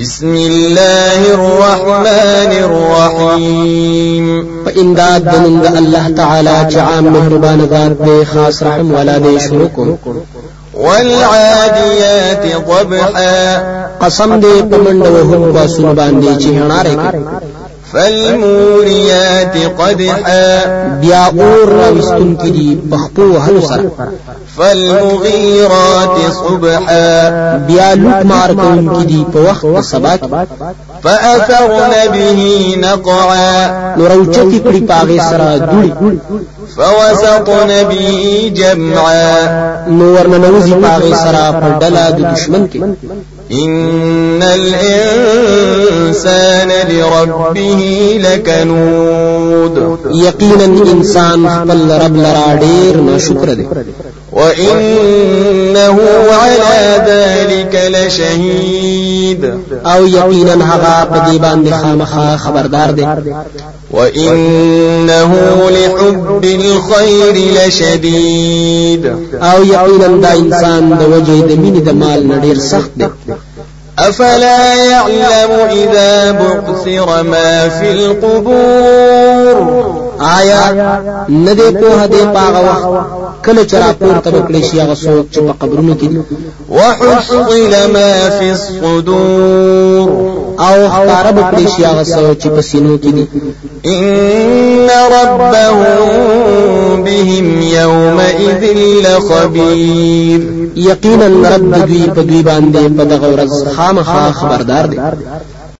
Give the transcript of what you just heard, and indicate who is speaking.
Speaker 1: بسم الله الرحمن الرحيم
Speaker 2: په امداد د نوم د الله تعالی چې عام مهربان ذات دی خاص رحم والا دی شروع کوم
Speaker 1: والعاديات ضبحا
Speaker 2: قسم دې په منډه وهم په سن باندې چې هنارې کوي
Speaker 1: فالموريات قدحا
Speaker 2: بیا اور راوستون کې دي په خپل وهلو سره
Speaker 1: فالمغيرات صبحا
Speaker 2: بیا لوټ مار کوم کې دي په وخت په سبا کې
Speaker 1: فأثرن به نقعا
Speaker 2: نو راوچتي کړي پاغه سره دوړي
Speaker 1: فوسطن به جمعا
Speaker 2: نو ورننوزي پاغه سره په ډله د دشمن کې
Speaker 1: إن الإنسان لربه لكنود
Speaker 2: یقینا انسان خپل رب لرا ډیر ناشکر دی
Speaker 1: وإنه على ذلك لشهيد
Speaker 2: او یقینا هغه په دې باندې خامخا خبردار دی
Speaker 1: وإنه لحب الخير لشديد
Speaker 2: او یقینا دا انسان د وجه د مینې د مال نه ډیر سخت دی
Speaker 1: أفلا يعلم إذا بعثر ما في القبور
Speaker 2: آیا نه دې په دې پاغه وخت کله چې راپور ته وکړي شي هغه څوک چې په قبرونو کې دي
Speaker 1: وحصل ما في الصدور
Speaker 2: او خبر وکړي شي هغه څوک چې په سینو کې دي
Speaker 1: إن ربهم بهم يومئذ لخبير
Speaker 2: یقینا رب دوی په دوی باندې په دغه ورځ خامخا خبردار دی